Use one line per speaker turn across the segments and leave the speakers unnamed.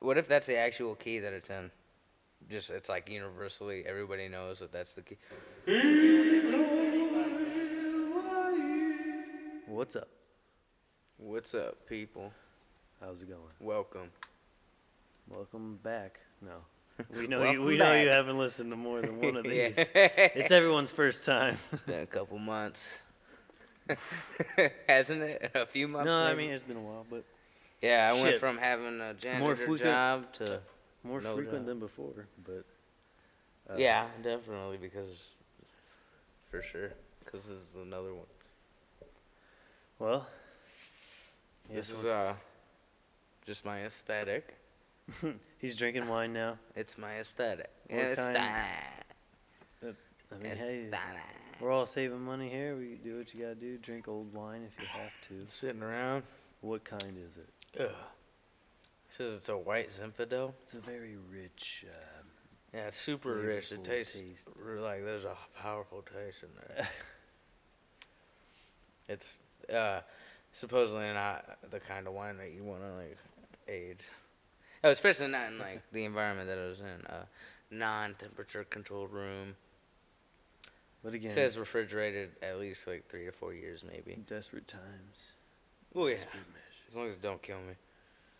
What if that's the actual key that it's in? Just it's like universally everybody knows that that's the key.
What's up?
What's up, people?
How's it going?
Welcome.
Welcome back. No, we know you,
Welcome
we know you
back.
haven't listened to more than one of these.
it's
It's everyone's first time.
been a couple months, hasn't it? A few months.
no, I
maybe?
mean it's been a while, but
yeah. I went
shit.
from having a janitor
frequent-
job to
more
No
frequent
doubt.
than before. But uh,
yeah, definitely because Oh. for sure because this is another one.
Well,
This
yes,
is
what's-
uh, just my aesthetic.
he's drinking wine now.
It's my aesthetic.
What kind-
Aesthetic.
I mean, hey,
Aesthetic.
we're all saving money here. We do what you gotta do. Drink old wine if you have to.
Sitting around.
What kind is it?
Ugh. Says it's a white Zinfandel.
It's a very rich. Uh,
Yeah, it's super
Flavorful
rich. It tastes
taste.
r- like there's a powerful taste in there. it's uh, supposedly not the kind of wine that you want to like age. Oh, especially not in like the environment that it was in, a non-temperature controlled room.
but again,
It says refrigerated at least like three to four years, maybe.
desperate times.
Oh yeah,
desperate measures.
as long as it don't kill me.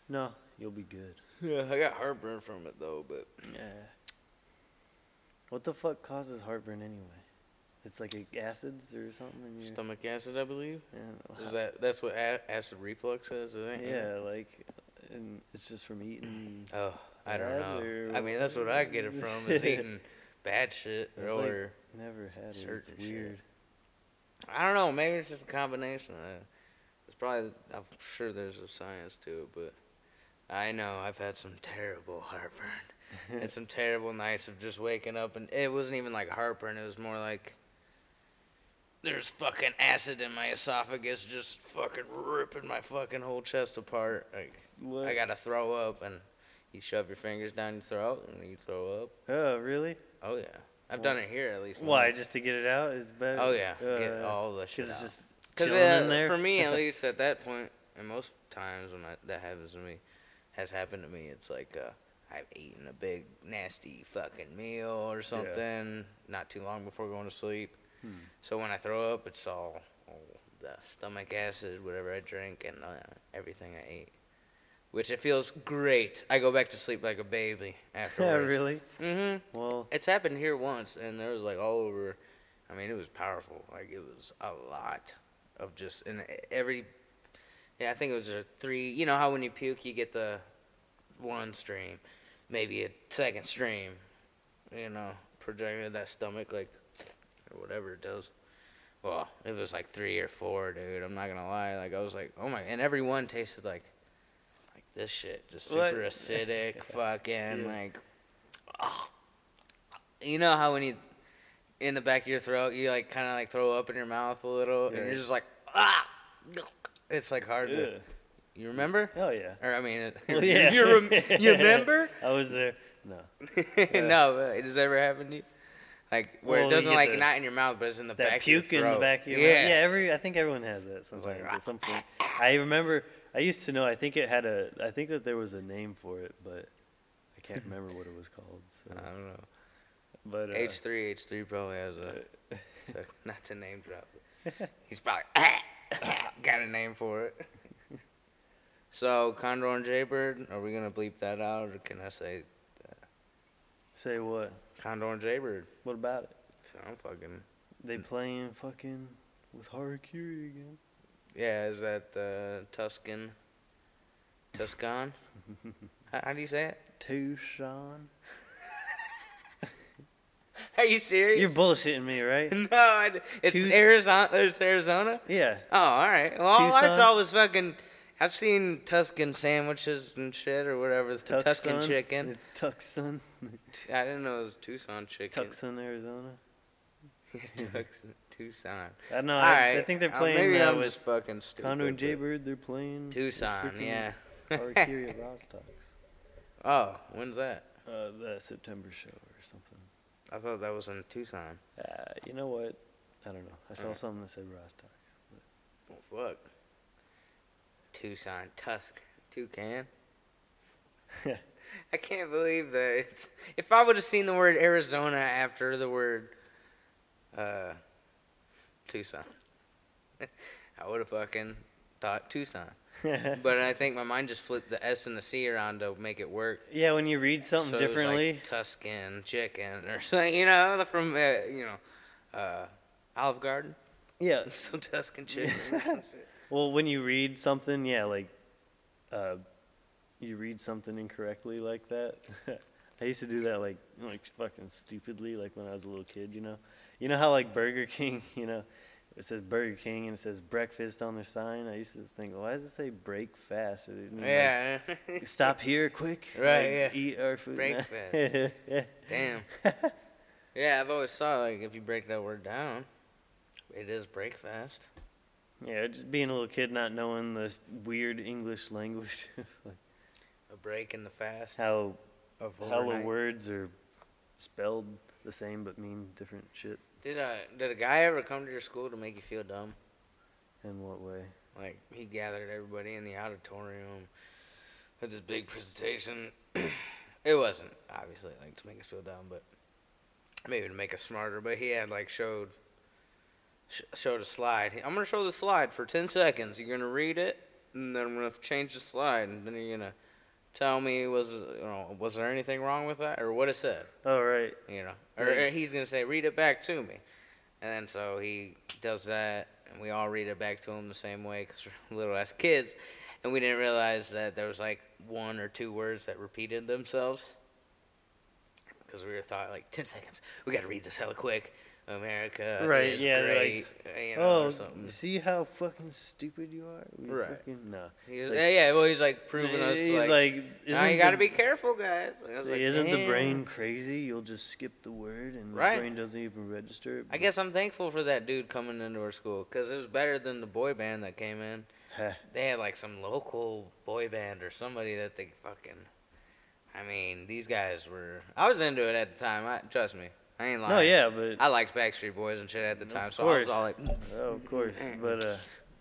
No, you'll be good.
Yeah, I got heartburn from it though, but
Yeah. What the fuck causes heartburn anyway? It's like a- acids or something in your
stomach acid, I believe.
I don't know
Is
how-
that that's what a- acid reflux is? Is it?
yeah, like, and it's just from eating.
Oh, I don't
Bad
know.
or
I mean, that's what I get it from is eating bad shit
It's like-
or
Never had it. It's
Certain shit.
weird.
I don't know. Maybe it's just a combination. I- It's probably I'm sure there's a science to it, but I know I've had some terrible heartburn and some terrible nights of just waking up and it wasn't even like heartburn. It was more like there's fucking acid in my esophagus, just fucking ripping my fucking whole chest apart. Like
What?
I gotta throw up and. You shove your fingers down your throat and you throw up.
Oh, really?
Oh yeah, I've done it here at least.
Why?
once.
Just to get it out is better.
Mm. Oh yeah, get
Uh,
all the
'cause
shit
it's
out.
just
Cause
chilling
uh,
in there.
for me at least at that point, and most times when I, that happens to me, has happened to me, it's like uh, I've eaten a big nasty fucking meal or something not too long before going to sleep.
Hmm.
So when I throw up, it's all, all the stomach acid, whatever I drink, and uh, everything I ate. Which it feels great. I go back to sleep like a baby
yeah,
afterwards.
really.
Mm-hmm.
Well,
It's happened here once, and there was like all over. I mean, it was powerful. Like it was a lot of just and every. Yeah, I think it was a three. You know how when you puke, you get the one stream, maybe a second stream. You know, projected that stomach like or whatever it does. Well, it was like three or four, dude. I'm not gonna lie. Like I was like, oh my, and every one tasted like, like this shit, just super
What?
acidic, fucking
Yeah.
like you know how when you in the back of your throat you like kind of like throw up in your mouth a little and
Yeah.
you're just like ah it's like hard to,
yeah.
you remember
Oh yeah.
or i mean it,
Well, yeah.
you, rem- you remember
I was there. No.
no but it has ever happened to you like where
Well,
it
you
doesn't
get
like
the-
not in your mouth but it's in the
that
back
puke
of your
in
throat.
the back of your
yeah
mouth. Yeah, every I think everyone has that
like,
sometimes at some point. I remember I used to know. I think it had a. I think that there was a name for it, but I can't remember what it was called. So,
i don't know
but uh,
h3 h3 probably has a not to name drop but he's probably ah, got a name for it so condor and jaybird are we gonna bleep that out or can i say
say what?
Condor and Jaybird.
What about it?
So I'm fucking.
They
Mm.
playing fucking with Harakiri again.
Yeah, is that uh, Tuscan? Tuscan? how, how do you say it?
Tucson.
Are you serious?
You're bullshitting me, right?
no, I d it's
Tus-
Arizona. It's Arizona.
Yeah.
Oh, all right. Well, all I
Tucson?
saw was fucking. I've seen Tuscan sandwiches and shit or whatever. The Tuscan
Tucson.
chicken.
It's Tucson.
T- I didn't know it was Tucson chicken.
Tucson, Arizona.
Tucson. Tucson.
I don't know.
all
I, I
right.
think they're
Uh,
playing
maybe
uh,
I'm
with
just fucking stupid.
Condo and
but-
Jaybird. They're playing with
Tucson.
freaking
Yeah.
Harakiri at Rostock's.
Oh, when's that?
uh, the September show or something.
I thought that was in Tucson.
Uh, you know what? I don't know. I saw
Alright.
something that said Rostock.
Oh fuck. Tucson Tusk Toucan. I can't believe that. It's, if I would have seen the word Arizona after the word uh, Tucson, I would have fucking thought Tucson. But I think my mind just flipped the S and the C around to make it work.
yeah, when you read something
So it was like
differently,
Tuscan chicken or something, you know, from, uh, you know, uh, Olive Garden.
yeah.
Some Tuscan chicken. or some shit.
Well, when you read something, yeah, like uh, you read something incorrectly like that. I used to do that like like fucking stupidly, like when I was a little kid, you know. You know how like Burger King, you know, it says Burger King and it says breakfast on their sign. I used to think, why does it say break fast? Or, you know, like,
yeah.
Stop here, quick.
Right,
like,
yeah.
Eat our food.
Break
now."
fast.
yeah.
Damn. yeah, I've always thought like if you break that word down, it is breakfast.
Yeah, just being a little kid, not knowing the weird English language, like
A break in the fast
how
of
hella
overnight.
words are spelled the same but mean different shit.
Did a did a guy ever come to your school to make you feel dumb?
In what way?
Like he gathered everybody in the auditorium with this big presentation. it wasn't obviously like to make us feel dumb, but maybe to make us smarter. But he had like showed sh- showed a slide. I'm gonna show the slide for ten seconds. You're gonna read it, and then I'm gonna change the slide, and then you're gonna tell me was you know was there anything wrong with that or what it said
Oh right,
you know, or,
Yeah.
or he's gonna say, "Read it back to me," and then so he does that, and we all read it back to him the same way because we're little ass kids, and we didn't realize that there was like one or two words that repeated themselves because we were thought like ten seconds, we gotta read this hella quick. America
Right,
is
yeah, they're
great,
like,
you know, or
oh,
something.
see how fucking stupid you are. We
Right.
Fucking, no.
He was-
like-
yeah, yeah, well, he's like proving us
He's
like,
like,
"Nah,
"Isn't
you gotta be
the-
careful, guys. And I was like,
isn't the
"Damn."
brain crazy? You'll just skip the word and
Right.
the brain doesn't even register. it,
I guess I'm thankful for that dude coming into our school because it was better than the boy band that came in.
but-
They had like some local boy band or somebody that they fucking. I mean, these guys were. I was into it at the time. I trust me, I ain't lying.
no, yeah, but
I liked Backstreet Boys and shit at the
Of
time, so I was
course.
all like.
oh, of course, but uh.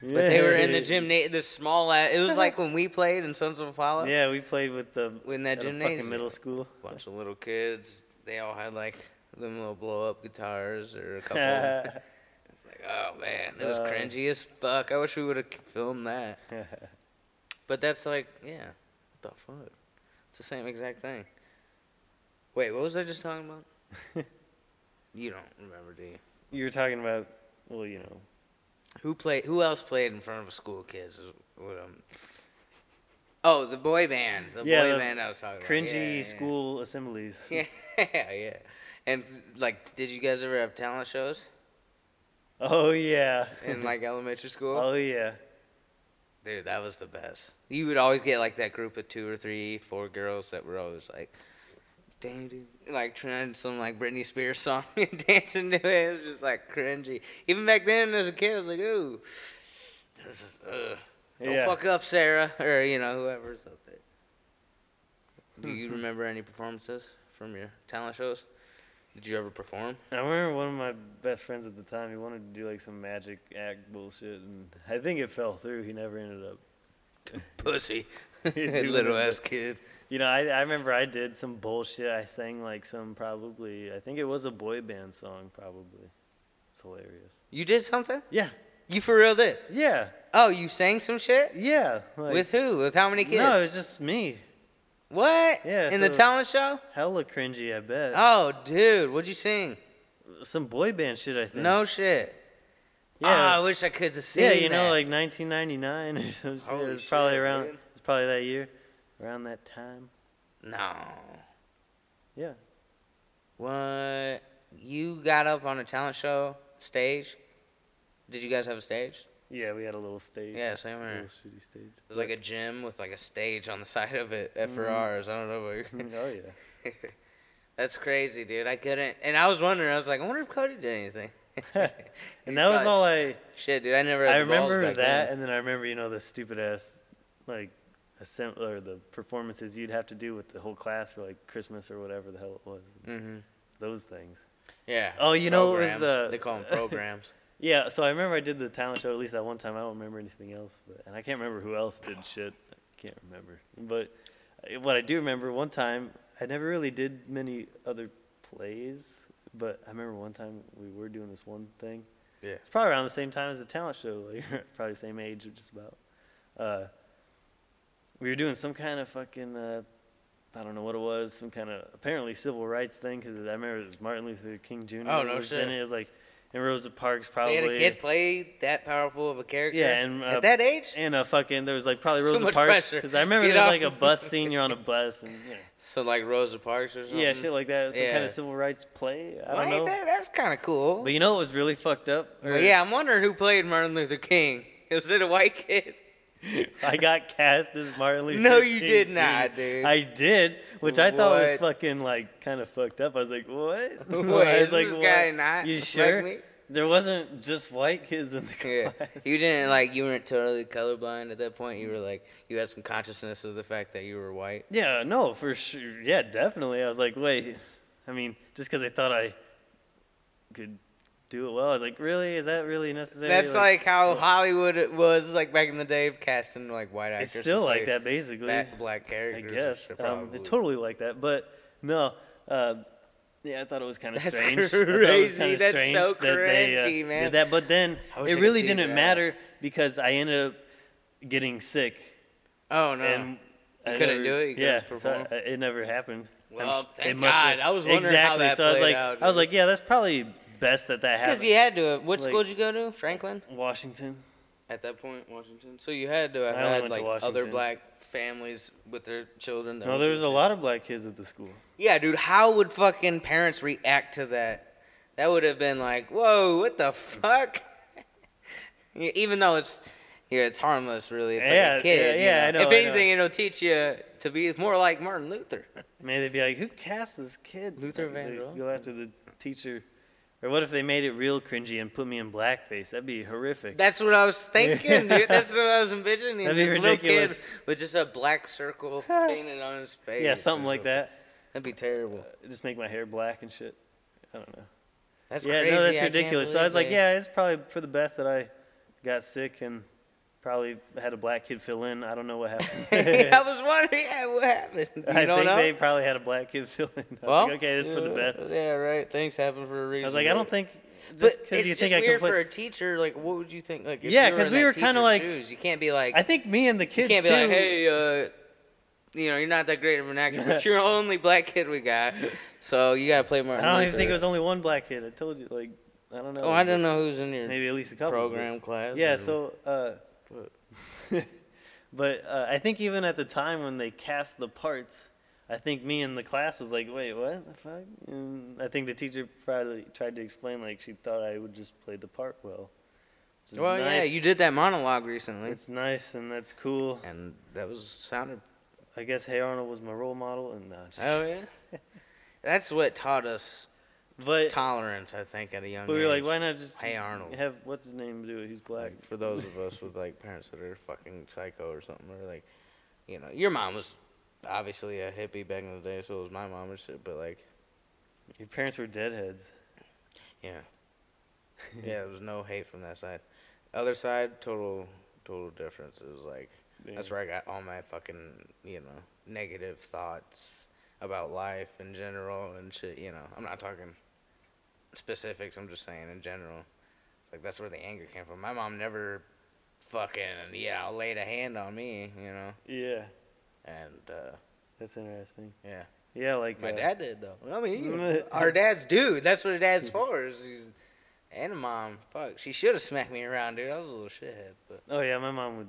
Mm. But they were in the gymnasium, the small. Ass, it was like when we played in Sons of Apollo.
Yeah, we played with the
In that
at a
gymnasium.
fucking middle school.
bunch of little kids. They all had like them little blow up guitars or a couple. It's like, oh man, it was
Uh,
cringy as fuck. I wish we would have filmed that. But that's like, yeah, what the fuck? It's the same exact thing. Wait, what was I just talking about? you don't remember, do you?
you were talking about, well, you know,
Who played? Who else played in front of school kids? Is what I'm. Oh, the boy band. The
Yeah,
boy
the
band I was talking about. Yeah,
cringy
yeah, yeah.
school assemblies.
Yeah, yeah. And like, did you guys ever have talent shows
Oh yeah.
in like elementary school?
oh yeah.
Dude, that was the best. You would always get like that group of two or three, four girls that were always like, dang, dude, like trying some like Britney Spears song and dancing to it. It was just like cringy. Even back then, as a kid, I was like, ooh, this is ugh. Don't
Yeah.
fuck up, Sarah, or you know whoever's up there. Do you
Hmm.
remember any performances from your talent shows? Did you ever perform?
I remember one of my best friends at the time. He wanted to do like some magic act bullshit, and I think it fell through. He never ended up.
Pussy,
do
little
remember.
ass kid.
You know, I, I remember I did some bullshit. I sang like some probably. I think it was a boy band song. Probably. It's hilarious.
You did something?
Yeah.
You for real did?
Yeah.
Oh, you sang some shit?
Yeah. Like,
With who? With how many kids?
no, it was just me.
what?
Yeah,
In the
so-
talent show?
Hella cringy, I bet.
Oh, dude, what'd you sing?
Some boy band shit, I think.
Oh. No shit. Ah, I
Yeah.
wish I could have seen
yeah, you know,
that.
like 1999 or some shit.
Holy
it was probably
shit,
around.
dude.
It's probably that year, around that time.
no.
Yeah.
What? You got up on a talent show stage? Did you guys have a stage?
Yeah, we had a little stage.
Yeah, same
a
here.
Little shitty stage.
It was like a gym with like a stage on the side of it.
Mm-hmm.
F for R's. I don't know. What you're...
oh yeah.
That's crazy, dude. I couldn't. And I was wondering. I was like, I wonder if Cody did anything.
And that was
probably-
all I.
Shit, dude. I never. Had
I
the balls
remember
back
that,
then.
and then I remember you know the stupid ass, like, assemb- or the performances you'd have to do with the whole class for like Christmas or whatever the hell it was.
Mhm.
Those things.
Yeah.
Oh, you know, it was,
programs.
uh,
they call them programs.
Yeah, so I remember I did the talent show at least that one time. I don't remember anything else, but and I can't remember who else did shit. I can't remember. But uh, what I do remember one time, I never really did many other plays, but I remember one time we were doing this one thing.
Yeah.
It's probably around the same time as the talent show, like probably same age, or just about. Uh, we were doing some kind of fucking, uh, I don't know what it was, some kind of apparently civil rights thing because I remember it was Martin Luther King Jr.
Oh, no
was
shit.
in it. It was like and Rosa Parks probably.
They had a kid play that powerful of a character.
Yeah, and, uh,
at that age,
And a fucking there was like probably
It's too
Rosa
much
Parks
pressure.
because I remember
Get
there was
off
like a
me.
bus scene. You're on a bus and yeah,
so like Rosa Parks or something.
yeah shit like that. Some kind
Yeah.
of civil rights play. I
Well,
don't
ain't
know.
that- that's kind of cool.
But you know what was really fucked up?
Well, yeah, I'm wondering who played Martin Luther King. Was it a white kid?
I got cast as Martin Luther.
No, you
King
did
Jr..
not, dude.
I did, which I thought was
What?
fucking like kind of fucked up. I was like, what?
Wait,
I
is this guy not
You
like
sure?
me?"
There wasn't just white kids in the
Yeah,
class.
you didn't like you weren't totally colorblind at that point. You were like you had some consciousness of the fact that you were white.
Yeah, no, for sure. Yeah, definitely. I was like, wait, I mean, just because I thought I could do it well, I was like, really? Is that really necessary?
That's like, how Hollywood was like back in the day of casting like white
it's
actors. to
still like
play
that, basically.
Black, black
I
characters.
guess
or
um,
probably.
it's totally like that, but no. Uh, yeah, I thought it was kind of
That's
strange. I thought it was
crazy.
kinda
That's
strange
so
that they, uh,
cringy, man.
Did that, but then
I wish I
it
could
really
see
didn't
that.
matter because I ended up getting sick
Oh no.
and
You
I
couldn't
never-
do it? You couldn't
yeah,
perform?
So I- it never happened. I'm
Well,
s-
thank
it must have-
God. I was wondering how
exactly.
that
so I was
played
like,
out,
I was
dude.
like, yeah, that's probably best that that
because
happened.
you had to. have- What
Like-
school did you go to? Franklin.
Washington.
At that point, Washington. So you had to have
I only
had
went to
like other
Washington.
black families with their children. that
No,
went
there
to
was
the
a
same-
lot of black kids at the school.
Yeah, dude. How would fucking parents react to that? That would have been like, whoa, what the fuck? Yeah, Even though it's yeah, it's harmless, really. It's
Yeah,
like a kid.
yeah,
you
yeah, I know,
If
I know.
anything, it'll teach you to be more like Martin Luther.
Maybe they'd be like, who cast this kid?
Luther
Like,
Vandross?
they'd Go after the teacher. Or what if they made it real cringy and put me in blackface? That'd be horrific.
That's what I was thinking, dude. That's what I was envisioning.
That'd be
this little
ridiculous.
kid with just a black circle painted on his face.
yeah,
or
something like that.
That'd be terrible.
Just make my hair black and shit. I don't know.
That's
yeah,
crazy.
no,
I
that's
can't
ridiculous. So I
believe
was like,
they-
yeah, it's probably for the best that I got sick and probably had a black kid fill in. I don't know what happened.
I was wondering yeah, what happened. You
I
don't
think
know?
they probably had a black kid fill in. I was
well,
like, okay, this is for the
yeah,
best.
Yeah, right. Things happen for a reason.
I was like, I
right?
don't think
But
just because
it's
you think
just
I
weird
can
for
play.
a teacher. Like, what would you think? Like, if
Yeah,
you
'cause
in
we
that
were kinda
teacher's
like-
shoes, you can't be like,
I think me and the kids
you can't be
too.
like, hey, uh, you know, you're not that great of an actor, but you're the only black kid we got, so you gotta play more.
I don't even think it was only one black kid. I told you, like, I don't know.
Oh, I don't know who's in your
Maybe at least a couple. but-
program class.
Yeah.
or-
So. Uh, But uh, I think even at the time when they cast the parts, I think me and the class was like, "Wait, what the fuck?" And I think the teacher probably tried to explain like she thought I would just play the part well. which is
well, yeah,
nice.
you did that monologue recently,
It's nice and that's cool.
and that was sounded
I guess Hey Arnold was my role model, and uh,
Oh yeah. That's what taught us
but,
tolerance, I think, at a young
but we
age.
were like, why not just
Hey Arnold.
have what's his name do it? He's black.
Like, for those of us with like parents that are fucking psycho or something, or like, you know, your mom was obviously a hippie back in the day, so was my mom or shit. But like,
Your parents were deadheads.
yeah, yeah, there was no hate from that side. Other side, total, total difference. It was like that's
Damn.
where I got all my fucking you know negative thoughts about life in general and shit. You know, I'm not talking specifics. I'm just saying in general. It's Like that's where the anger came from. My mom never fucking you know laid a hand on me. You know,
Yeah,
and uh,
that's interesting.
yeah,
Yeah, like
my
uh,
dad did though. I mean, our dads do. That's what a dad's for. Is he's, and a mom, fuck, she should have smacked me around, dude. I was a little shithead, but
Oh yeah, my mom would.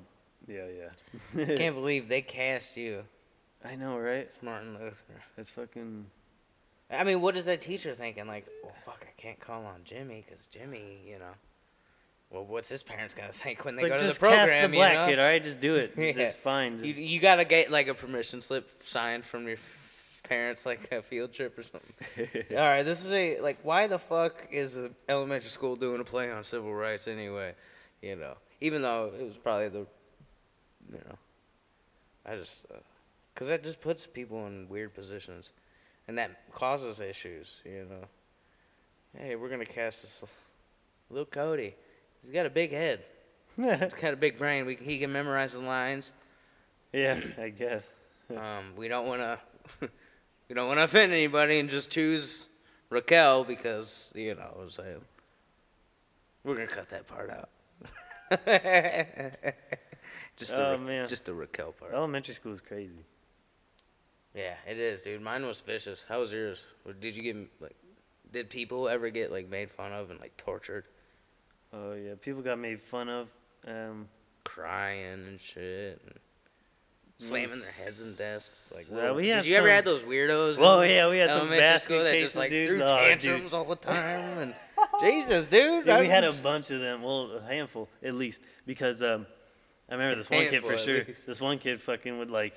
Yeah,
I
yeah.
can't believe they cast you,
I know, right?
as Martin Luther.
That's fucking.
I mean, what is that teacher thinking? Like, well, fuck, I can't call on Jimmy because Jimmy, you know. Well, what's his parents gonna think when
It's
they
like,
go to
just
the program?
cast the
you
black
know?
kid, all right? Just do it. It's-
Yeah.
It's fine. Just,
You you gotta get like a permission slip signed from your parents, like a field trip or something. All right, this is a like, why the fuck is the elementary school doing a play on civil rights anyway? You know, even though it was probably the, you know, I just, uh 'cause that just puts people in weird positions, and that causes issues. You know, hey, we're gonna cast this little Cody. He's got a big head. He's got a big brain. We, he can memorize the lines.
yeah, I guess.
Um, we don't wanna we don't wanna offend anybody and just choose Raquel because you know what I'm saying. We're gonna cut that part out. just the
Oh,
Ra-
man. Oh.
just the Raquel part.
Elementary school is crazy.
Yeah, it is, dude. Mine was vicious. How was yours? Or Did you get like, did people ever get like made fun of and like tortured,
Oh yeah, people got made fun of. Um,
crying and shit, and slamming their heads in desks? Like,
Uh,
little-
we
did
had
you ever
some-
have those weirdos?
Whoa,
in
yeah, we had some
elementary
basket
school that
cases,
just like
dude.
threw
No, dude.
tantrums all the time and Jesus, dude.
dude,
I
we had a
was-
bunch of them. Well, a handful at least, because um, I remember this one kid
Handful,
for
at
sure.
least.
This one kid fucking would like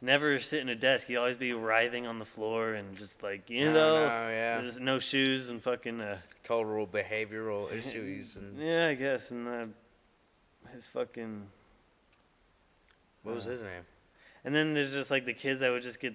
never sit in a desk. He'd always be writhing on the floor and just like you
Oh,
know,
no, yeah.
just no shoes and fucking uh,
total behavioral issues and
yeah, I guess and uh, his fucking
what was his name?
and then there's just like the kids that would just get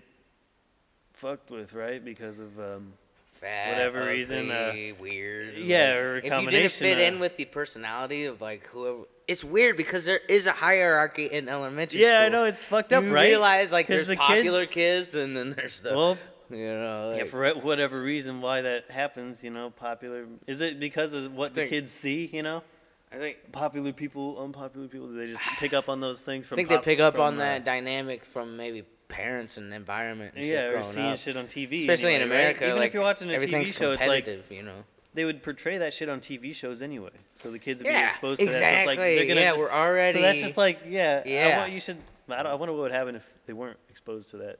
fucked with right because of um,
fat,
whatever reason, uh,
ugly, weird.
yeah,
like-
or a
if you didn't fit
combination
in
of-
with the personality of like whoever, it's weird because there is a hierarchy in elementary
yeah, I
school.
know it's fucked up,
you
right?
realize like
'Cause
there's
the
popular
kids-
kids, and then there's the
Well,
you know
uh, yeah,
like-
for whatever reason why that happens, you know, popular is it because of what the
think-
kids see, you know?
I think
Popular people, unpopular people, do they just pick up on those things
I
from
think they
pop-
pick up
from,
on
uh,
that dynamic from maybe parents and environment. And
Yeah,
shit
or
growing
seeing
up.
shit on TV,
Especially in
anyway, right?
America,
Even
like
if you're watching a TV
everything's
show, it's like
competitive, you know.
they would portray that shit on TV shows anyway, so the kids would be
Yeah,
exposed to that. So it's like they're
exactly.
gonna
Yeah,
just-
we're already-
So that's just like yeah. I
Yeah.
want, you should. I, don't, I wonder what would happen if they weren't exposed to that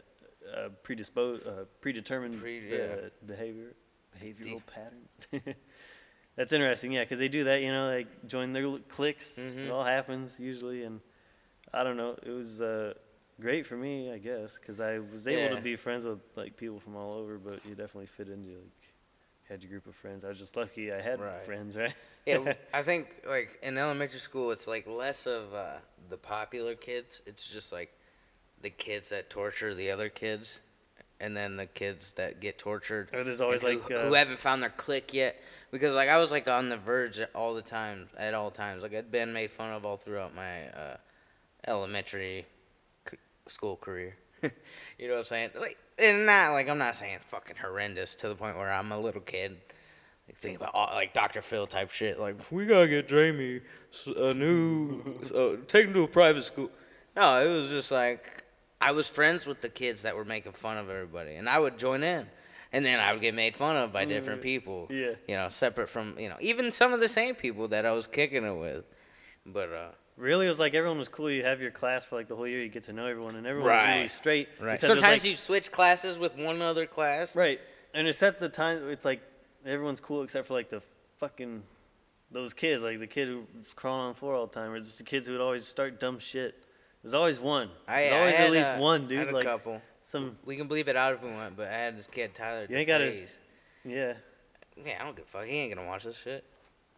uh, predispose uh, predetermined
Pre- yeah.
uh, behavior behavioral
Yeah.
patterns. that's interesting. Yeah, because they do that. You know, like join their l- cliques. It
Mhm.
all happens usually, and I don't know. It was. Uh, Great for me, I guess, because I was able to
Yeah.
be friends with like people from all over. But you definitely fit into like had your group of friends. I was just lucky I had
Right.
friends, right?
yeah, w- I think like in elementary school, it's like less of uh, the popular kids. It's just like the kids that torture the other kids, and then the kids that get tortured.
Or there's always,
and who,
like, uh,
who haven't found their click yet, because like I was like on the verge at all the time, at all times. Like I'd been made fun of all throughout my uh, elementary c- school career. you know what I'm saying? Like, and not like I'm not saying fucking horrendous to the point where I'm a little kid. Like, think about all, like Dr. Phil type shit. Like we gotta get Jamie s- a new, s- uh, take him to a private school. No, it was just like I was friends with the kids that were making fun of everybody, and I would join in, and then I would get made fun of by different people.
yeah.
you know, separate from you know even some of the same people that I was kicking it with, but uh.
Really, it was like everyone was cool. You have your class for like the whole year. You get to know everyone, and everyone's really
Right.
straight.
Right.
except there's,
Sometimes
like-
you switch classes with one other class.
right, and except the time it's like everyone's cool except for like the fucking those kids, like the kid who was crawling on the floor all the time, or just the kids who would always start dumb shit. There's always one.
I-
There's
I
always at
had
least
a-
one dude.
had a
like
couple.
some,
We can bleep it out if we want, but I had this kid Tyler.
You ain't gotta-
DeFreeze.
yeah.
Yeah, I don't give a fuck. He ain't gonna watch this shit.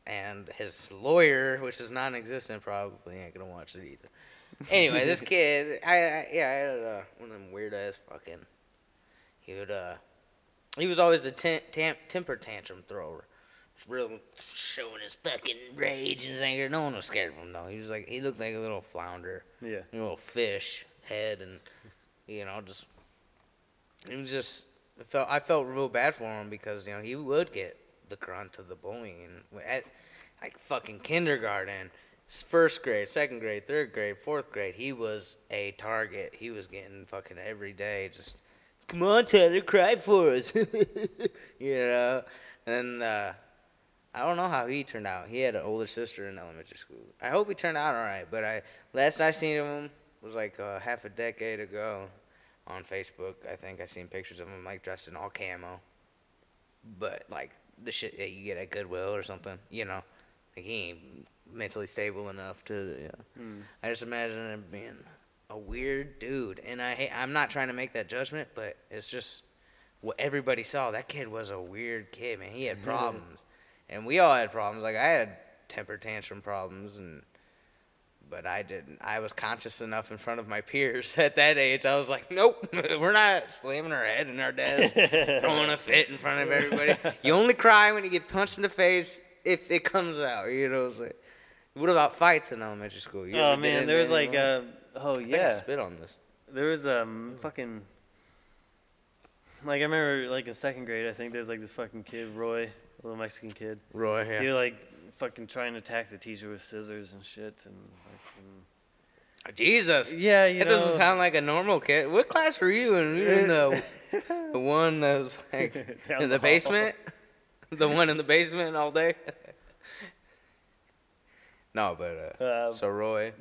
And his lawyer, which is non-existent, probably ain't gonna watch it either. Anyway, this kid, I, I yeah, I had uh, one of them weird ass fucking. He would uh, he was always the tem- tam- temper tantrum thrower. Just Real showing his fucking rage and his anger. No one was scared of him though. He was like he looked like a little flounder,
Yeah.
a little fish head, and you know just it was just I felt I felt real bad for him because you know he would get the grunt of the bullying at like fucking kindergarten, s- first grade, second grade, third grade, fourth grade. He was a target. He was getting fucking every day. Just come on, Tyler, cry for us, you know. And uh, I don't know how he turned out. He had an older sister in elementary school. I hope he turned out all right. But I last I seen of him was like uh, half a decade ago on Facebook. I think I seen pictures of him like dressed in all camo, but like the shit that you get at Goodwill or something. You know, like he ain't mentally stable enough to. Yeah. I just imagine him being a weird dude, and I hate. I'm not trying to make that judgment, but it's just what everybody saw. That kid was a weird kid, man. He had problems, and we all had problems. Like I had temper tantrum problems and But I didn't. I was conscious enough in front of my peers at that age. I was like, nope, we're not slamming our head in our desk, throwing a fit in front of everybody. You only cry when you get punched in the face if it comes out. You know what I'm saying? What about fights in elementary school? You
Oh
ever get
man,
in
there was like
anyone?
a oh
I think I
yeah,
spit on this.
there was um fucking like I remember like in second grade I think there's like this fucking kid Roy, little Mexican kid.
Roy,
He
yeah.
was like fucking trying to attack the teacher with scissors and shit and fucking
Jesus.
yeah you
That
know
doesn't sound like a normal kid. What class were you in? We were in the, the one that was like
Eh. Down
in
the
the
hall.
basement? The one in the basement all day? no, but uh,
Uh,
so Roy,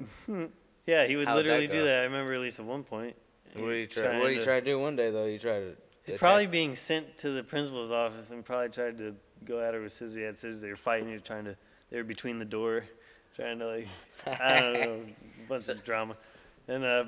yeah he would
How'd that
literally
go?
do that I remember at least at one point
what do you try?
trying
What do you
to-
try to do one day though? You try to.
He's
attack-
probably being sent to the principal's office and probably tried to go at her with scissors. He had scissors. They were fighting. He was trying to. They were between the door, trying to like, I don't know, a bunch of drama. And uh,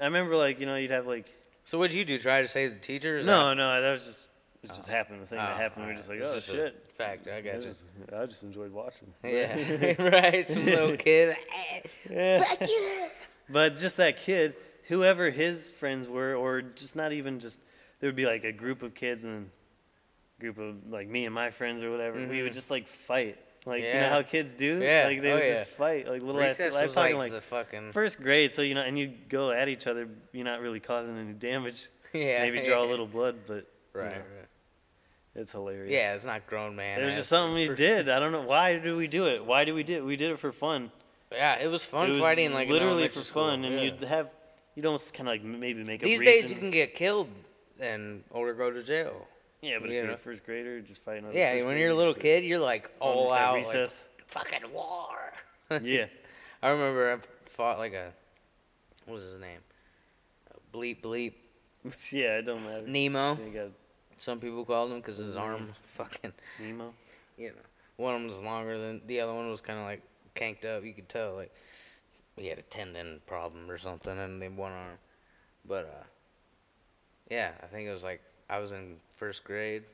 I remember like you know you'd have like
So what'd you do? Try to save the teacher? Is
no no that was just it just happened the thing
that-
that
Oh,
happened. We
alright.
were just like
This
oh
is a
shit.
Fact, I
I
got you.
just, I just enjoyed watching.
Yeah, right. Some little kid. "Eh,
Yeah.
Fuck you.
But just that kid, whoever his friends were, or just not even just, there would be like a group of kids and a group of like me and my friends or whatever. We would just like fight. Like, you
Mm-hmm. Yeah.
know how kids do?
Yeah.
Like, they
Oh,
would
yeah.
just fight. Like, little
Recess
ass, I'm
was like,
talking like,
the fucking.
first grade, so you know, and you go at each other, you're not really causing any damage.
Yeah.
Maybe draw a little blood, but you
Right.
know,
right.
it's hilarious.
Yeah, it's not grown man.
It was
ass.
just something we did. I don't know. Why did we do it? Why did we do it? We did it for fun.
Yeah, it was fun
it was
fighting like in
literally
elementary
for
school,
fun, and
yeah.
you'd have you don't kind of like m- maybe make up
These
reasons.
days you can get killed and or go to jail.
yeah, but if
you
you're
know.
a first grader, just fighting. Other
Yeah,
first
when you're a
graders,
little
but
kid, you're like
on
all
at
out, like,
recess.
fucking war.
yeah,
I remember I fought like a what was his name? A bleep bleep
yeah, it don't matter.
Nemo.
You got
Some people called him because his arm fucking
Nemo.
you know, one of them was longer than the other one was kind of like canked up. You could tell like he had a tendon problem or something in the one arm. But uh, yeah, I think it was like I was in first grade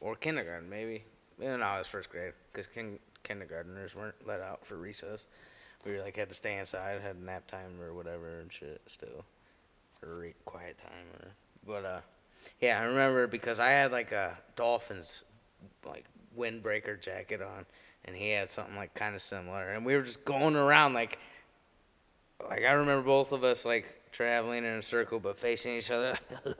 or kindergarten maybe. No, no, it was first grade because kin- kindergartners weren't let out for recess. We were like had to stay inside, had nap time or whatever and shit still, or re- quiet time or. But uh, yeah, I remember because I had like a Dolphins like windbreaker jacket on, and he had something like kind of similar, and we were just going around like, like I remember both of us like traveling in a circle but facing each other, you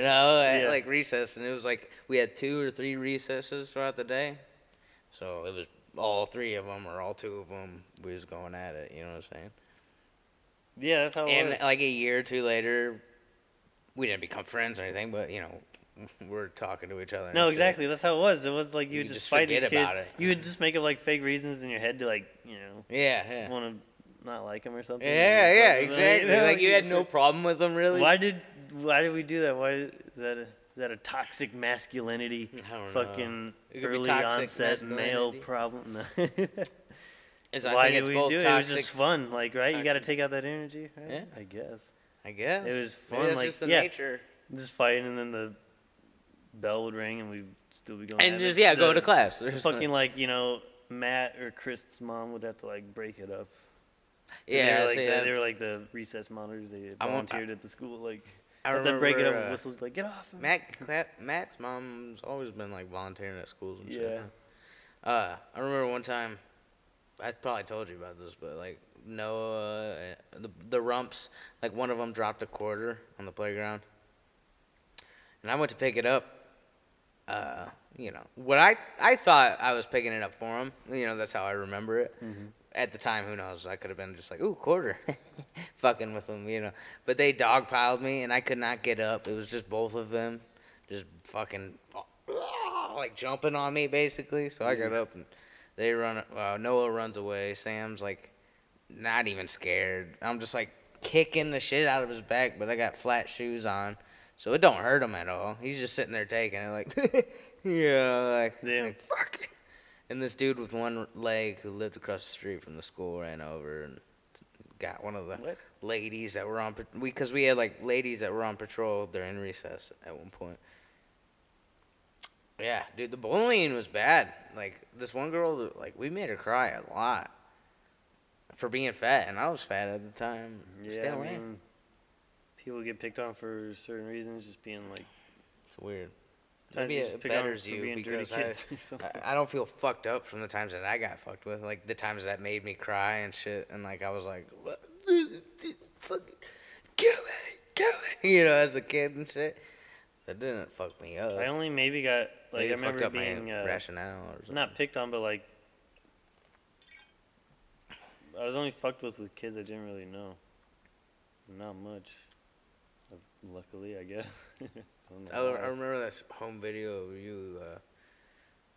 know, at
Yeah.
like recess, and it was like we had two or three recesses throughout the day, so it was all three of them or all two of them we was going at it, you know what I'm saying?
Yeah, that's how it
and
was.
like a year or two later, we didn't become friends or anything, but you know. We're talking to each other. and
no,
shit.
exactly. That's how it was. It was like you,
You
would just,
just
fight these
forget
kids.
about it.
You would just make up like fake reasons in your head to like you know
Yeah, yeah.
want to not like him or something. and
Yeah,
you'd
yeah,
fuck with them,
exactly.
know?
Like you had no problem with them, really.
Why did why did we do that? Why is that a, is that a toxic masculinity
I don't know.
fucking
It could be
early
toxic
onset male
masculinity.
problem? No.
Is I
why
think
did
it's
we
both
do it? It was
toxic.
just fun, like right? You got to
toxic-
take out that energy. Right?
Yeah.
I guess
I guess
It was
Maybe
fun,
that's
like,
just the
yeah.
nature.
just fighting, and then the bell would ring, and we'd still be going.
And
at
just
it.
yeah, go
The-
to class.
the
There's no-
Fucking like you know, Matt or Chris's mom would have to like break it up. And they
yeah.
were
I
like,
see
the,
that.
they were like the recess monitors. They
I want-
volunteered at the school, like
I
let them break it up
remember,
with
uh,
whistles, like get off. him."
Matt, Cla- Matt's mom's always been like volunteering at schools and shit.
Yeah.
huh? Uh, I remember one time, I probably told you about this, but like Noah, uh, the the rumps, like one of them dropped a quarter on the playground, and I went to pick it up. Uh, you know what I I thought I was picking it up for him. You know that's how I remember it. At the time, who knows? I could have been just like, ooh, quarter, fucking with them, you know. But they dogpiled me, and I could not get up. It was just both of them, just fucking like jumping on me, basically. So I got up, and they run. Uh, Noah runs away. Sam's like, not even scared. I'm just like kicking the shit out of his back, but I got flat shoes on, so it don't hurt him at all. He's just sitting there taking it, like, yeah, like,
Damn.
like, fuck. And this dude with one leg who lived across the street from the school ran over and got one of the
What?
ladies that were on pat- we because we had like ladies that were on patrol during recess at one point. Yeah, dude, the bullying was bad. Like this one girl, like we made her cry a lot. for being fat, and I was fat at the time.
Yeah,
Still am.
I mean, people get picked on for certain reasons, just being like.
It's weird.
sometimes
Maybe
you
it
just pick on
betters
for
you
being dirty
because I-
kids or something.
I, I don't feel fucked up from the times that I got fucked with, like the times that made me cry and shit, and like I was like, what? fuck, get me, get me, you know, as a kid and shit. That didn't fuck me up.
I only maybe got like
uh, Maybe
I
it fucked
remember
up
being
my
uh,
rationale or something.
not picked on, but like I was only fucked with with kids I didn't really know. Not much. Uh, Luckily, I guess. I don't know
I, I
why.
remember this home video of you. Uh,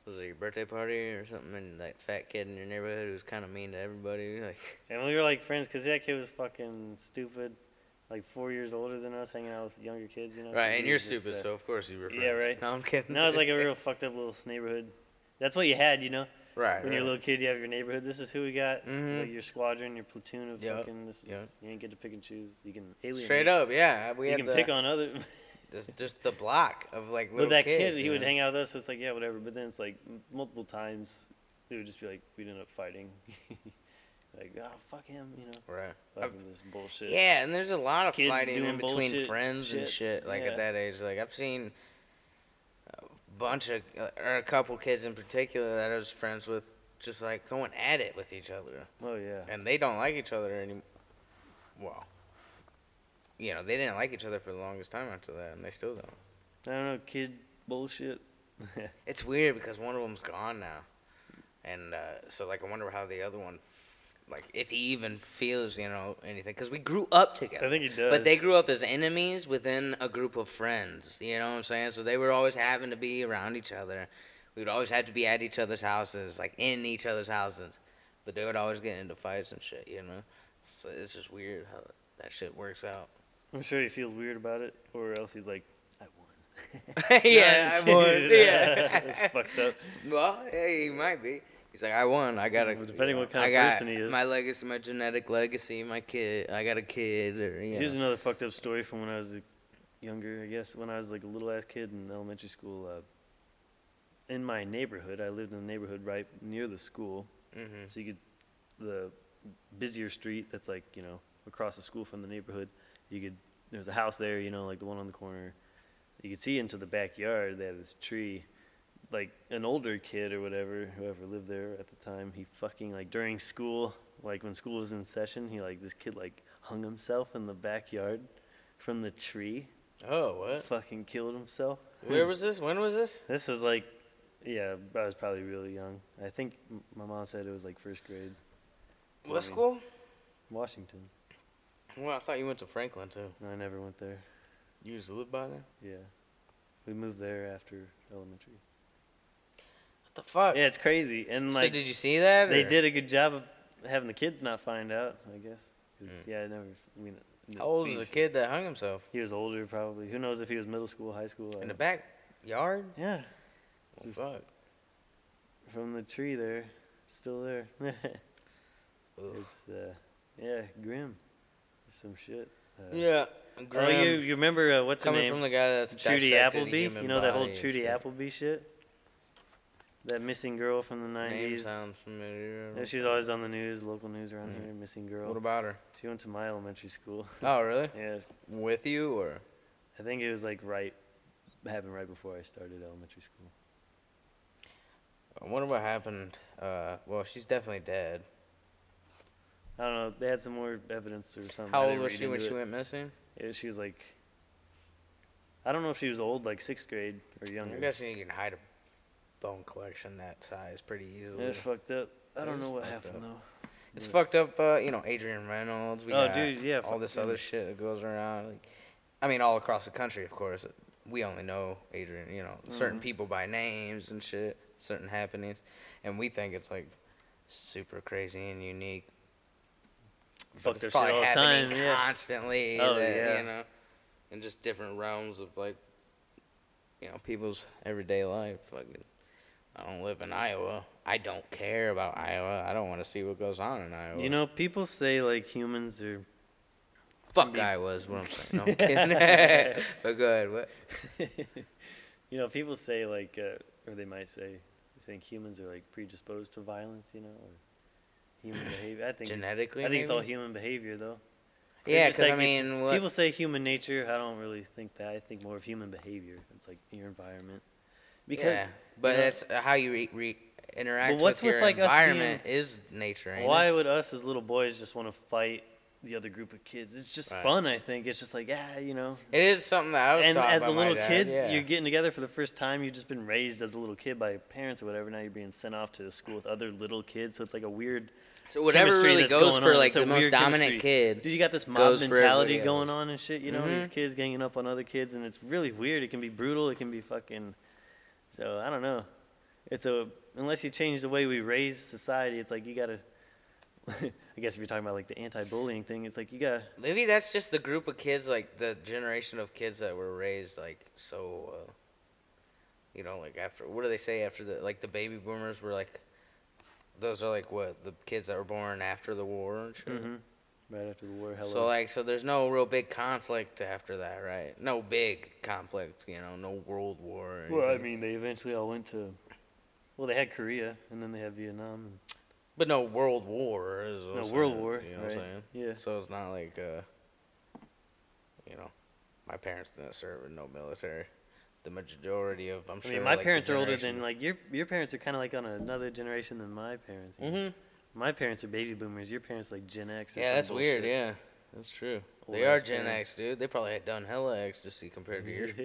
was it your birthday party or something? And that fat kid in your neighborhood who was kind of mean to everybody. Like,
and we were like friends because that kid was fucking stupid, like four years older than us, hanging out with younger kids, you know. 'cause
right,
he
and you're
was just,
stupid,
uh,
so of course you were friends.
yeah, right.
No, I'm kidding.
No, it's like a real fucked up little neighborhood. That's what you had, you know.
right.
When you're a
right.
little kid, you have your neighborhood. This is who we got. It's
Mhm.
like your squadron, your platoon of
Yep.
fucking. This is
Yep.
you ain't get to pick and choose. You can alienate.
Straight up, yeah. We
you
had
can
the,
pick on other.
just, just the block of like little
With that
kids.
kid, he
you
would
know?
hang out with us. So it's like yeah, whatever. But then it's like m- multiple times, it would just be like we'd end up fighting. like oh fuck him, you know.
Right. I've-
Fucking this bullshit.
Yeah, and there's a lot of
Kids
fighting in
doing
between
bullshit
friends and
shit,
shit. Like
yeah.
at that age, like I've seen a bunch of uh, or a couple kids in particular that I was friends with, just like going at it with each other,
Oh yeah.
and they don't like each other anymore. Well, you know, they didn't like each other for the longest time after that, and they still don't.
I don't know, kid bullshit.
It's weird because one of them's gone now, and uh, so like I wonder how the other one, f- like if he even feels you know anything, because we grew up together.
I think he does.
But they grew up as enemies within a group of friends. You know what I'm saying? So they were always having to be around each other. We would always have to be at each other's houses, like in each other's houses. But they would always get into fights and shit. You know, so it's just weird how that shit works out.
I'm sure he feels weird about it, or else he's like, I won.
yeah, I
No, I'm just
won.
kidding.
Yeah.
That's fucked up.
Well, hey, he might be. He's like, I won. I got a.
Well, depending what kind
I
of
got
person he is.
My legacy, my genetic legacy, my kid. I got a kid, or you
Here's
know.
another fucked up story from when I was a younger, I guess. When I was like a little ass kid in elementary school, uh, in my neighborhood, I lived in a neighborhood right near the school,
Mhm.
so you could the busier street that's like you know across the school from the neighborhood. You could there's a house there, you know, like the one on the corner. You could see into the backyard. They had this tree. Like an older kid or whatever, whoever lived there at the time, he fucking like during school, like when school was in session, he like this kid like hung himself in the backyard from the tree,
Oh, what?
fucking killed himself.
Where was this? When was this?
This was like, yeah, I was probably really young. I think m- my mom said it was like first grade,
What
Twenty.
school?
Washington.
Well, I thought you went to Franklin too.
No, I never went there.
You used to live by there. What
Yeah, we moved there after elementary.
the fuck?
Yeah, it's crazy. And
so
like,
did you see that?
they
or-
did a good job of having the kids not find out. I guess. 'Cause, Yeah, I never. I mean,
Mm. How old was
see-
the kid that hung himself
He was older, probably. Who knows if he was middle school, high school? I
in the
don't-
backyard?
Yeah,
Well,
Just-
fuck.
from the tree there, still there.
Ugh.
it's uh, yeah, grim. Some shit. Uh,
Yeah.
Oh, you, you remember uh, what's her
coming
name?
from the guy that's
Trudy
dissected a
Appleby.
human
You know that whole
body and
Trudy
shit.
Appleby shit. That missing girl from the
Name
nineties.
sounds familiar.
Yeah, she's always on the news, local news around
Mhm.
here. Missing
What
girl.
about her?
She went to my elementary school.
Oh, really?
yeah,
With you or?
I think it was like right happened right before I started elementary school.
I wonder what happened. Uh, well, she's definitely dead.
I don't know. They had some more evidence or something. I
How old
didn't
was
read
she when
into
she
it.
went missing?
Yeah, she was like, I don't know if she was old, like sixth grade or
I'm
younger.
guessing you can hide a bone collection that size pretty easily.
It's fucked up. I
It
don't
is
know what
fucked
happened
up.
though.
It's fucked up, uh, you know, Adrian Reynolds. We
Oh,
got
dude, yeah,
all
fuck
this
him.
other shit that goes around. Like, I mean, all across the country, of course. We only know Adrian, you know,
Mm-hmm.
certain people by names and shit, certain happenings, and we think it's like super crazy and unique. but
Fucked
it's
up shit
probably
all the
happening
time. Yeah.
constantly.
Oh,
that,
yeah.
You know, in just different realms of like, you know, people's everyday life. Fucking, I don't live in Iowa. I don't care about Iowa. I don't want to see what goes on in Iowa.
You know, people say like humans are
Fuck I was what I'm saying. No, I'm kidding. but go ahead. What?
you know, people say like, uh, or they might say, they think humans are like predisposed to violence, you know, or human behavior. I think it's-
Genetically,
I think it's all
maybe?
human behavior though. Or
Yeah,
just,
because I
like, it's-
mean, what,
people say human nature. I don't really think that. I think more of human behavior. It's like your environment. Because
yeah, but
you know,
that's how you re- re- interact
what's
with
with,
your
like, us
environment is nature. Ain't
why
It?
would us as little boys just want to fight the other group of kids? It's just
Right.
fun. I think it's just like yeah, you know.
it is something that I was
and
taught
as
by
a
my
little
dad,
kids,
yeah.
you're getting together for the first time. You've just been raised as a little kid by your parents or whatever. Now you're being sent off to school with other little kids, so it's like a weird.
so whatever
chemistry
really
that's
goes
going
for
on.
like
It's a
the most
weird
dominant
chemistry.
kid.
Dude, you got this mob
goes for
mentality
everybody
going
else.
on and shit. You know these
Mhm.
kids ganging up on other kids, and it's really weird. It can be brutal. It can be fucking. So I don't know. It's a unless you change the way we raise society, it's like you gotta. I guess if you're talking about like the anti-bullying thing, it's like you gotta.
Maybe that's just the group of kids, like the generation of kids that were raised like so. Uh, you know, like after what do they say after the like the baby boomers were like. Those are like what the kids that were born after the war and shit.
Mhm. Right after the war, hello.
Mm-hmm. So like, so there's no real big conflict after that, right? No big conflict, you know, no world war. Or
Well, I
anything.
mean, they eventually all went to. Well, they had Korea, and then they had Vietnam. And,
But no world war is what
No,
I'm
World
saying,
War,
You know what I'm
right,
saying?
yeah.
So it's not like uh you know, my parents didn't serve in no military. The majority of I'm
I
sure
mean, my
like, the
parents are older than
generation-
like your your parents are kind of like on another generation than my parents. you know?
Mhm.
My parents are baby boomers. Your parents like Gen X. Or
Yeah,
some
that's weird,
bullshit.
yeah. That's true. they
Old-ass
are Gen
parents.
X, dude. They probably had done hella ecstasy compared to yours.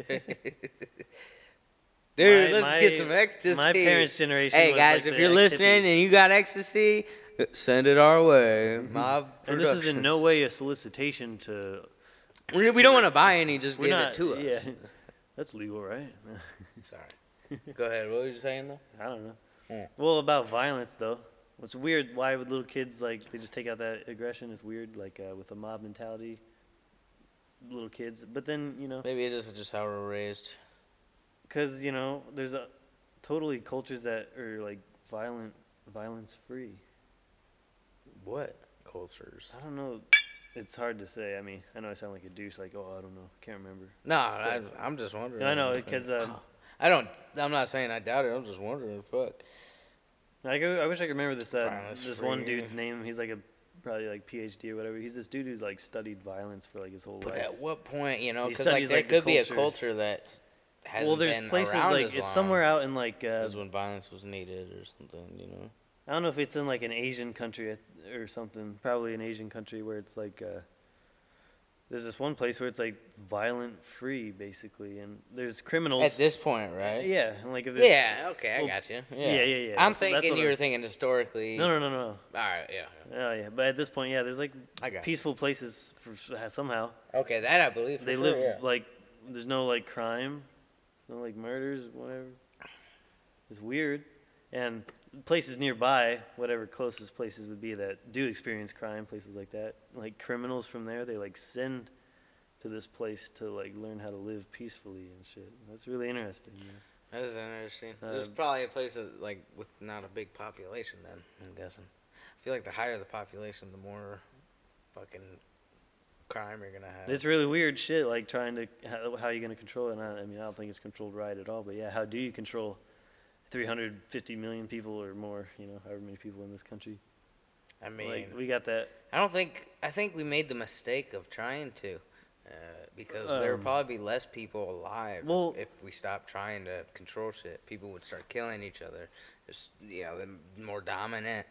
Dude,
My-
let's
my-
get some ecstasy.
My parents' generation.
Hey
was,
guys,
like,
if
the
you're
X
listening
hippies.
and you got ecstasy, uh, send it our way. Mob
Mm-hmm. and this is in no
Productions.
way a solicitation to.
We, we don't want to buy any. Just
We're
give
not.
it to us.
yeah, that's legal, right?
Sorry. Go ahead. What were you saying though?
I don't know.
Yeah.
Well, about violence though, what's weird? Why would little kids like they just take out that aggression? It's weird, like uh, with the mob mentality. Little kids, but then you know,
Maybe it is just how we're raised.
because you know, there's a totally cultures that are like violent, violence free.
What cultures?
I don't know. It's hard to say. I mean, I know I sound like a douche. Like, oh, I don't know, can't remember.
No, I, I'm just wondering.
No, I know because uh,
I don't. I'm not saying I doubt it. I'm just wondering. Fuck.
I, go, I wish I could remember this uh,
Violence
this one
free.
dude's name. He's like a probably like PhD or whatever. He's this dude who's like studied violence for like his whole
But
life.
at what point, you know,
He
because like
studies,
there
like, the
could be a
culture.
culture that hasn't
well, there's
been
places
around
like
as
it's
long
somewhere out in like uh,
as when violence was needed or something. You know.
I don't know if it's in like an Asian country uh, or something. Probably an Asian country where it's like uh, there's this one place where it's like violent free basically, and there's criminals.
At this point, right?
yeah, and like if there's,
Yeah. Okay, I
Well,
got you. Yeah.
yeah, yeah, yeah,
I'm
that's what- that's
thinking
what
you were
I'm-
thinking historically.
No, no, no, no.
All right. Yeah. yeah.
Oh yeah, but at this point, yeah, there's like
I got you.
peaceful places for, somehow.
Okay, that I believe. For
they
sure,
live
yeah.
like there's no like crime, no like murders, whatever. It's weird, and places nearby, whatever closest places would be that do experience crime, places like that, like criminals from there, they like send to this place to like learn how to live peacefully and shit. That's really interesting. man.
That is interesting. There's
Uh,
probably a place that, like with not a big population. Then I'm guessing. I feel like the higher the population, the more fucking crime you're gonna have.
It's really weird shit, like trying to how, how are you going to control it? And I, I mean, I don't think it's controlled right at all. But yeah, how do you control 350 million people or more? You know, however many people in this country.
I mean,
like we got that.
I don't think. I think we made the mistake of trying to, uh, because there
Um,
would probably be less people alive. if-
well-
if we stopped trying to control shit, people would start killing each other. Just you know, the more dominant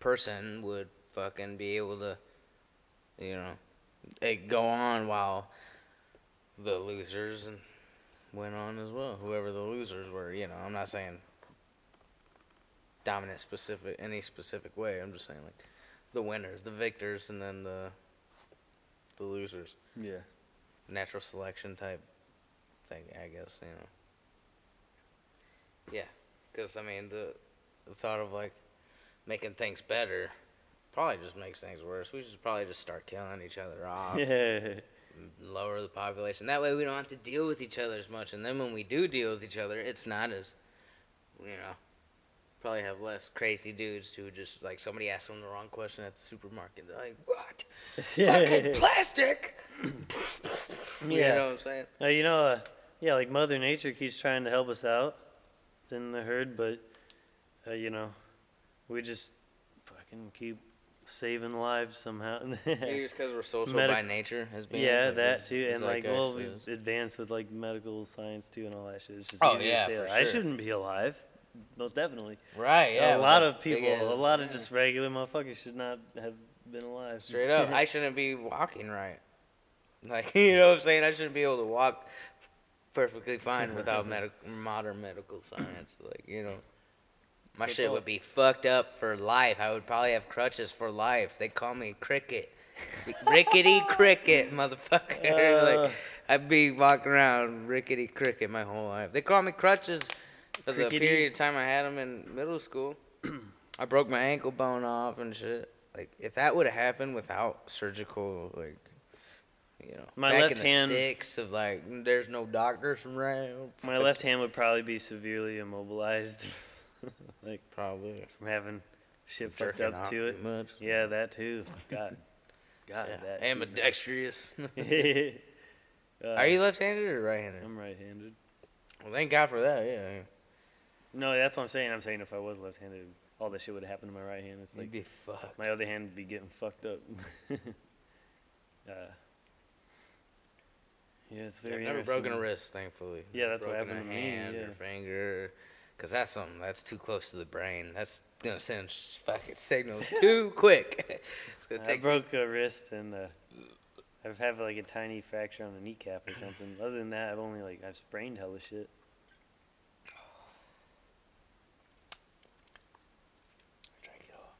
person would fucking be able to, you know, it go on while the losers and went on as well. Whoever the losers were, you know, I'm not saying dominant specific any specific way. I'm just saying like the winners, the victors, and then the the losers.
Yeah.
Natural selection type thing, I guess. You know. Yeah, because I mean the, the thought of like making things better probably just makes things worse. We should probably just start killing each other off
Yeah.
lower the population. That way we don't have to deal with each other as much. And then when we do deal with each other, it's not as, you know, probably have less crazy dudes who just like somebody asks them the wrong question at the supermarket. They're like, what? Fucking plastic? You know
Yeah.
what I'm saying?
Uh, you know, uh, yeah, like Mother Nature keeps trying to help us out in the herd, but uh, you know, we just fucking keep saving lives somehow.
Maybe it's because we're social
Medic-
by nature as beings.
yeah,
like,
that
it's-
too,
it's
and like, well,
us,
we
it's-
advanced with like medical science too, and all that shit. It's just
Oh,
easier
yeah,
to stay
for
alive. I
sure.
shouldn't be alive, most definitely.
right? Yeah,
a
with
lot
the
of
big
people, a
ass-
lot of
yeah.
just regular motherfuckers should not have been alive.
Straight up, I shouldn't be walking right. Like you know what I'm saying? I shouldn't be able to walk perfectly fine without medic modern medical science. Like you know, my
Good
shit
call.
would be fucked up for life. I would probably have crutches for life. They call me cricket, rickety cricket, motherfucker.
Uh.
like I'd be walking around rickety cricket my whole life. They call me crutches for the
Crickety.
period of time I had them in middle school. I broke my ankle bone off and shit. Like if that would have happened without surgical, like you know,
My
back
left
in the
hand-
sticks of like there's no doctors around.
My left hand would probably be severely immobilized, like
probably
from having shit fucked
jerking
up
off
to
too
it.
much.
Yeah, that too. God, God,
Yeah.
that. too, bro.
Ambidextrous.
Uh,
Are you left-handed or right-handed?
I'm right-handed.
Well, thank God for that. Yeah,
No, that's what I'm saying. I'm saying if I was left-handed, all that shit would happen to my right hand. It's
you'd
like
be fucked.
my other hand would be getting fucked up. uh, yeah, it's
I've
very.
never broken a
interesting.
wrist, thankfully.
Yeah,
Never
that's what
broken
happened
a
to me,
hand
yeah.
or finger, because that's something that's too close to the brain. That's gonna send s- fucking signals too quick. it's gonna
I
take
broke a wrist and uh, I've had like a tiny fracture on the kneecap or something. Other than that, I've only like I've sprained hella shit.
Drank it all.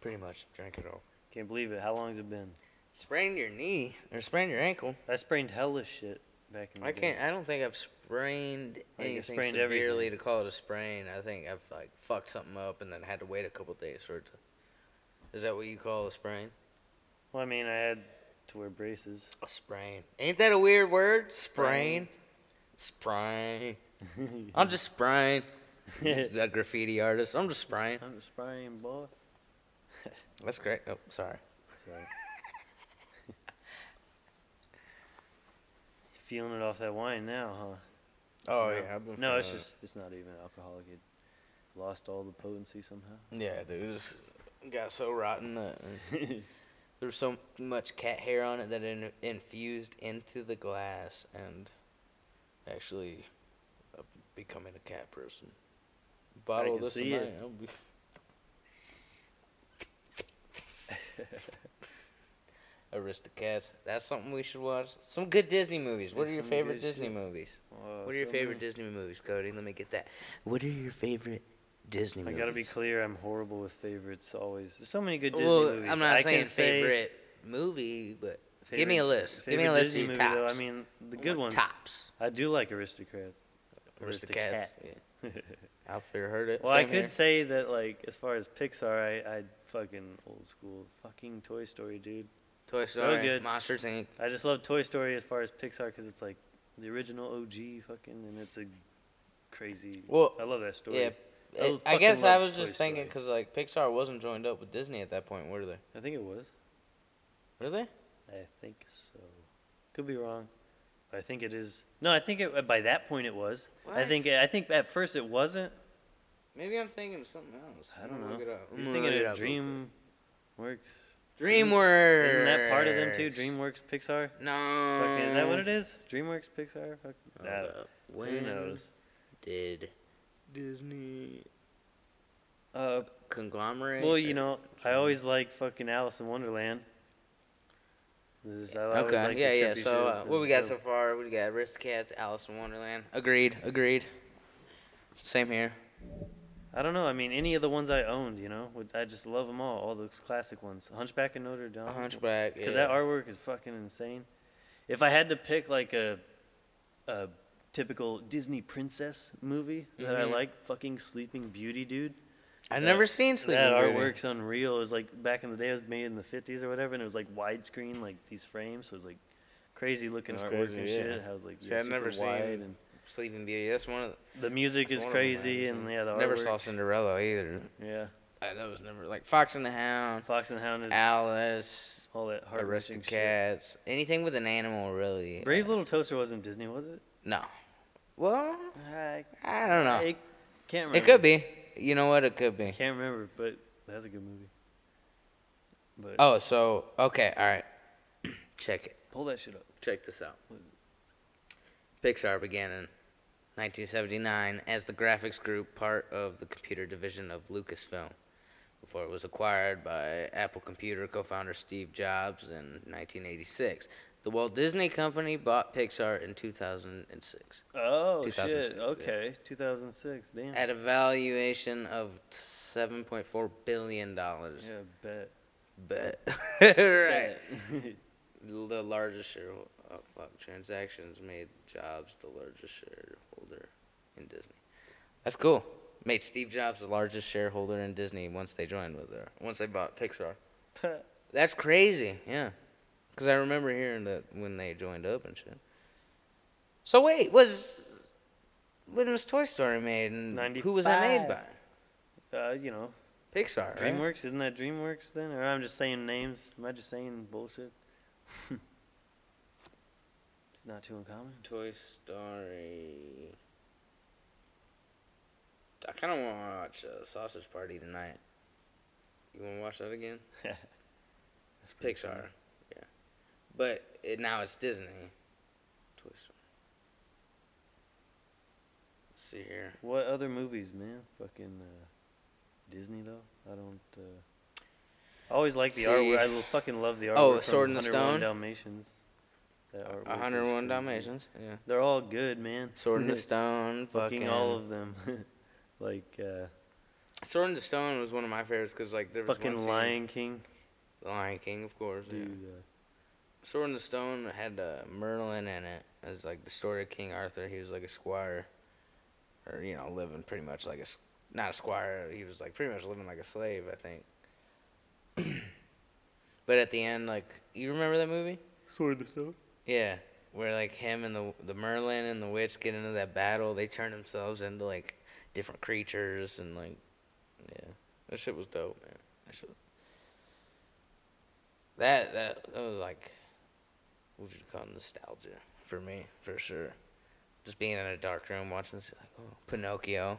Pretty much drank it all.
Can't believe it. How long's it been?
Sprain your knee or sprain your ankle.
I sprained hella shit back in the
I
day.
can't. I don't think I've Mm-hmm. Oh, sprained
I think I
anything
sprained
severely
everything.
to call it a sprain. I think I've like fucked something up and then had to wait a couple days for it to. Is that what you call a sprain?
Well, I mean, I had to wear braces.
A sprain. Ain't that a weird word? Sprain. Sprain. I'm just spraying. that graffiti artist. I'm just spraying.
I'm spraying, boy.
That's great. Oh, sorry.
Feeling it off that wine now, huh?
Oh
No.
yeah, I've been.
No,
feeling
it's
it.
just it's not even alcoholic. It lost all the potency somehow.
Yeah, dude, it just got so rotten that there was so much cat hair on it that it in- infused into the glass and actually uh, becoming a cat person. Bottle of
can
this
see
tonight.
it.
I'll be- Aristocats. That's something we should watch. Some good Disney movies. What
There's
are your
some
favorite
good
Disney
shit.
movies?
Whoa,
What are your
so
favorite
many-
Disney movies, Cody? Let me get that. What are your favorite Disney
I
movies?
gotta be clear. I'm horrible with favorites. Always. There's so many good Disney
Well,
movies.
I'm not
I
saying
can say
favorite movie, but give me
favorite-
a list. Give me a
favorite
list
Disney
of your
movie,
tops.
though, I mean, the good ones.
Tops.
I do like Aristocrats.
Aristocats. I'll figure heard it.
Well, I
Same
could
here.
say that, like, as far as Pixar, I, I fucking old school, fucking Toy Story, dude.
Toy
so
Story,
good.
Monsters Inc.
I just love Toy Story as far as Pixar because it's like the original OG, fucking, and it's a crazy.
Well,
I love that story.
Yeah.
I
It- I
fucking
guess I
love
was
Toy
just thinking
Story.
because like Pixar wasn't joined up with Disney at that point, were they?
I think it was.
Were they?
I think so. Could be wrong. I think it is. No, I think it, uh, by that point it was. I
What?
think I think at first it wasn't.
Maybe I'm thinking of something else.
I
I'm
don't
gonna
know.
Look it up. I'm gonna
You're
look
thinking
it
of
up real
DreamWorks.
quick. DreamWorks.
Isn't that part of them too? DreamWorks, Pixar.
No.
Fuck, is that what it is? DreamWorks, Pixar. Fuck.
Hold
that.
up.
Who
When
knows?
did Disney
Uh,
conglomerate?
well, you
or-
know, I always liked fucking Alice in Wonderland. This is, I always
okay.
liked the
yeah, yeah. So
trippy shit.
uh,
This
what we
is
got
dope.
so far? What we got? Aristocats, Alice in Wonderland. Agreed. Agreed. Same here.
I don't know. I mean, any of the ones I owned, you know, would, I just love them all. All those classic ones. Hunchback of Notre Dame.
A Hunchback.
Because
yeah.
that artwork is fucking insane. If I had to pick like a, a typical Disney princess movie that I
Mhm.
like, fucking Sleeping Beauty, dude.
I've
that-
never seen Sleeping
that
Beauty.
artwork's unreal. It was like back in the day, it was made in the fifties or whatever, and it was like widescreen, like these frames. So it was like crazy looking
That's
artwork
crazy,
and
yeah.
shit. I was like,
See,
yeah,
I've never
super wide,
seen
and
Sleeping Beauty. That's one of the.
the music
that's
is
one of them I haven't
crazy,
seen.
and yeah, the
never
artwork.
saw Cinderella either.
yeah,
I, that was never like Fox and the Hound,
Fox and the Hound is
Alice,
all that hard shit.
Aristocats, anything with an animal really.
Brave Little Toaster wasn't Disney, was it?
No. Well,
I,
Uh, I don't know.
I can't remember.
It could be. You know what? It could be.
Can't remember, but That's a good movie. But
Oh, so okay, all right. Check it.
pull that shit up.
Check this out. Pixar began in 1979 as the graphics group, part of the computer division of Lucasfilm, before it was acquired by Apple Computer co founder Steve Jobs in 1986. The Walt Disney Company bought Pixar in 2006
Oh shit.
2006, yeah.
Okay, 2006. Damn.
at a valuation of $7.4 billion.
yeah, bet.
But, right.
Bet.
the largest share oh, fuck transactions made Jobs the largest shareholder in Disney. That's cool. Made Steve Jobs the largest shareholder in Disney once they joined with her. Once they bought Pixar. That's crazy. Yeah. Cuz I remember hearing that when they joined up and shit. So wait, was when was Toy Story made and who was it made by?
95. uh, you know,
Pixar, right?
DreamWorks. Isn't that DreamWorks then? Or I'm just saying names. Am I just saying bullshit? it's not too uncommon.
Toy Story. I kind of want to watch uh, Sausage Party tonight. You want to watch that again?
That's pretty
Pixar. Yeah. But it, now it's Disney. Toy Story. Let's see here.
What other movies, man? Fucking uh, Disney though. I don't. Uh, I always like the
See.
artwork. I lo- fucking love the artwork.
Oh,
from
Sword in the
101
Stone?
Dalmatians. That artwork is
101
crazy.
Dalmatians. Yeah.
They're all good, man.
Sword in the Stone.
fucking all of them. like uh,
Sword in the Stone was one of my favorites because like there was one
fucking
scene-
Lion King,
The Lion King, of course. yeah.
dude. Uh,
Sword in the Stone had uh, Merlin in it. It was like the story of King Arthur. He was like a squire, or you know, living pretty much like a s- not a squire. He was like pretty much living like a slave, I think. but at the end, like you remember that movie?
Sword in the Stone.
Yeah, where like him and the the Merlin and the witch get into that battle. They turn themselves into like different creatures and like, yeah, that shit was dope, man. That shit. That that that was like, what would you call it, nostalgia for me for sure. Just being in a dark room watching this, like oh, Pinocchio.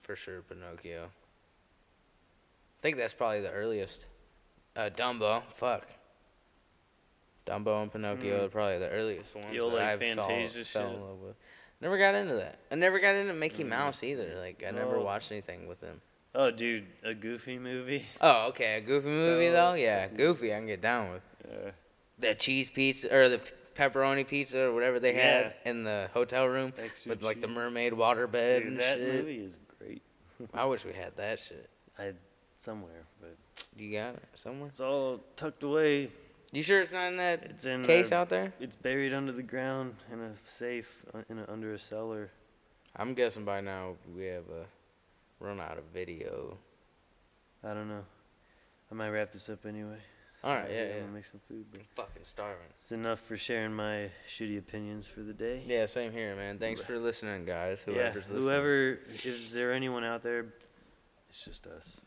For sure, Pinocchio. I think that's probably the earliest. Uh, Dumbo, fuck. Dumbo and Pinocchio
Mm.
are probably the earliest ones
You
that
like
I've fell,
Fantasia
fell
shit?
in love with. Never got into that. I never got into Mickey
Mm.
Mouse either. Like I never
No.
watched anything with him.
Oh, dude, a Goofy movie.
Oh, okay, a Goofy movie
So-
though. Yeah, Goofy, I can get down with
Uh,
the cheese pizza or the p- pepperoni pizza or whatever they had in the hotel room
Extra
with like the
cheese.
mermaid water bed
dude,
and
that
shit.
movie is great.
I wish we had that shit.
I somewhere, but
You got it somewhere?
it's all tucked away.
You sure it's not in that
It's in
case
a-
out there?
It's buried under the ground in a safe, uh, in a, under a cellar.
I'm guessing by now we have a run out of video.
I don't know. I might wrap this up anyway.
All right, yeah,
I'm
yeah.
gonna make some food, but
Fucking starving.
it's enough for sharing my shitty opinions for the day.
Yeah, same here, man. Thanks for listening, guys.
Yeah,
Whoever's listening.
whoever, is there anyone out there? It's just us.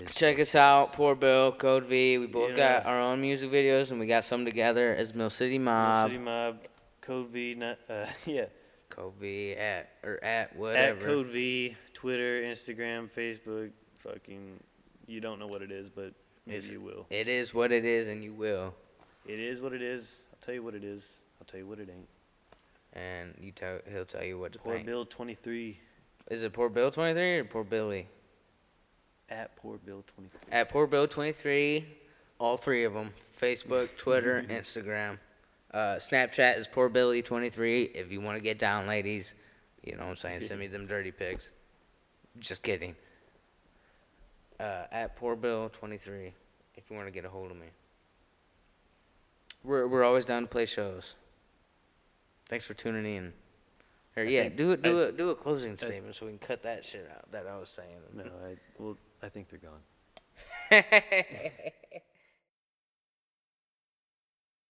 It's
Check
just
us out, Poor Bill, Code V. We both
Yeah.
got our own music videos, and we got some together as Mill City
Mob
Mob.
City Mob, Code V, not, uh, yeah,
Code V at or at whatever.
at Code V, Twitter, Instagram, Facebook, fucking, you don't know what it is, but maybe
It's-
you will.
It is what it is, and you will.
It is what it is. I'll tell you what it is. I'll tell you what it ain't.
And you tell he'll tell you what to
Poor
think.
Bill 23
Is it Poor Bill twenty three or Poor Billy?
at Poor Bill 23.
At Poor Bill twenty three, all three of them: Facebook, Twitter, Instagram. Uh, Snapchat is Poor Billy twenty three. If you want to get down, ladies, you know what I'm saying. Send me them dirty pics. Just kidding. Uh, at Poor Bill twenty three. If you want to get a hold of me, we're we're always down to play shows. Thanks for tuning in. Or, yeah,
think-
do it. Do
I-
a do a closing statement so we can cut that shit out that I was saying.
No, I well, I think they're gone.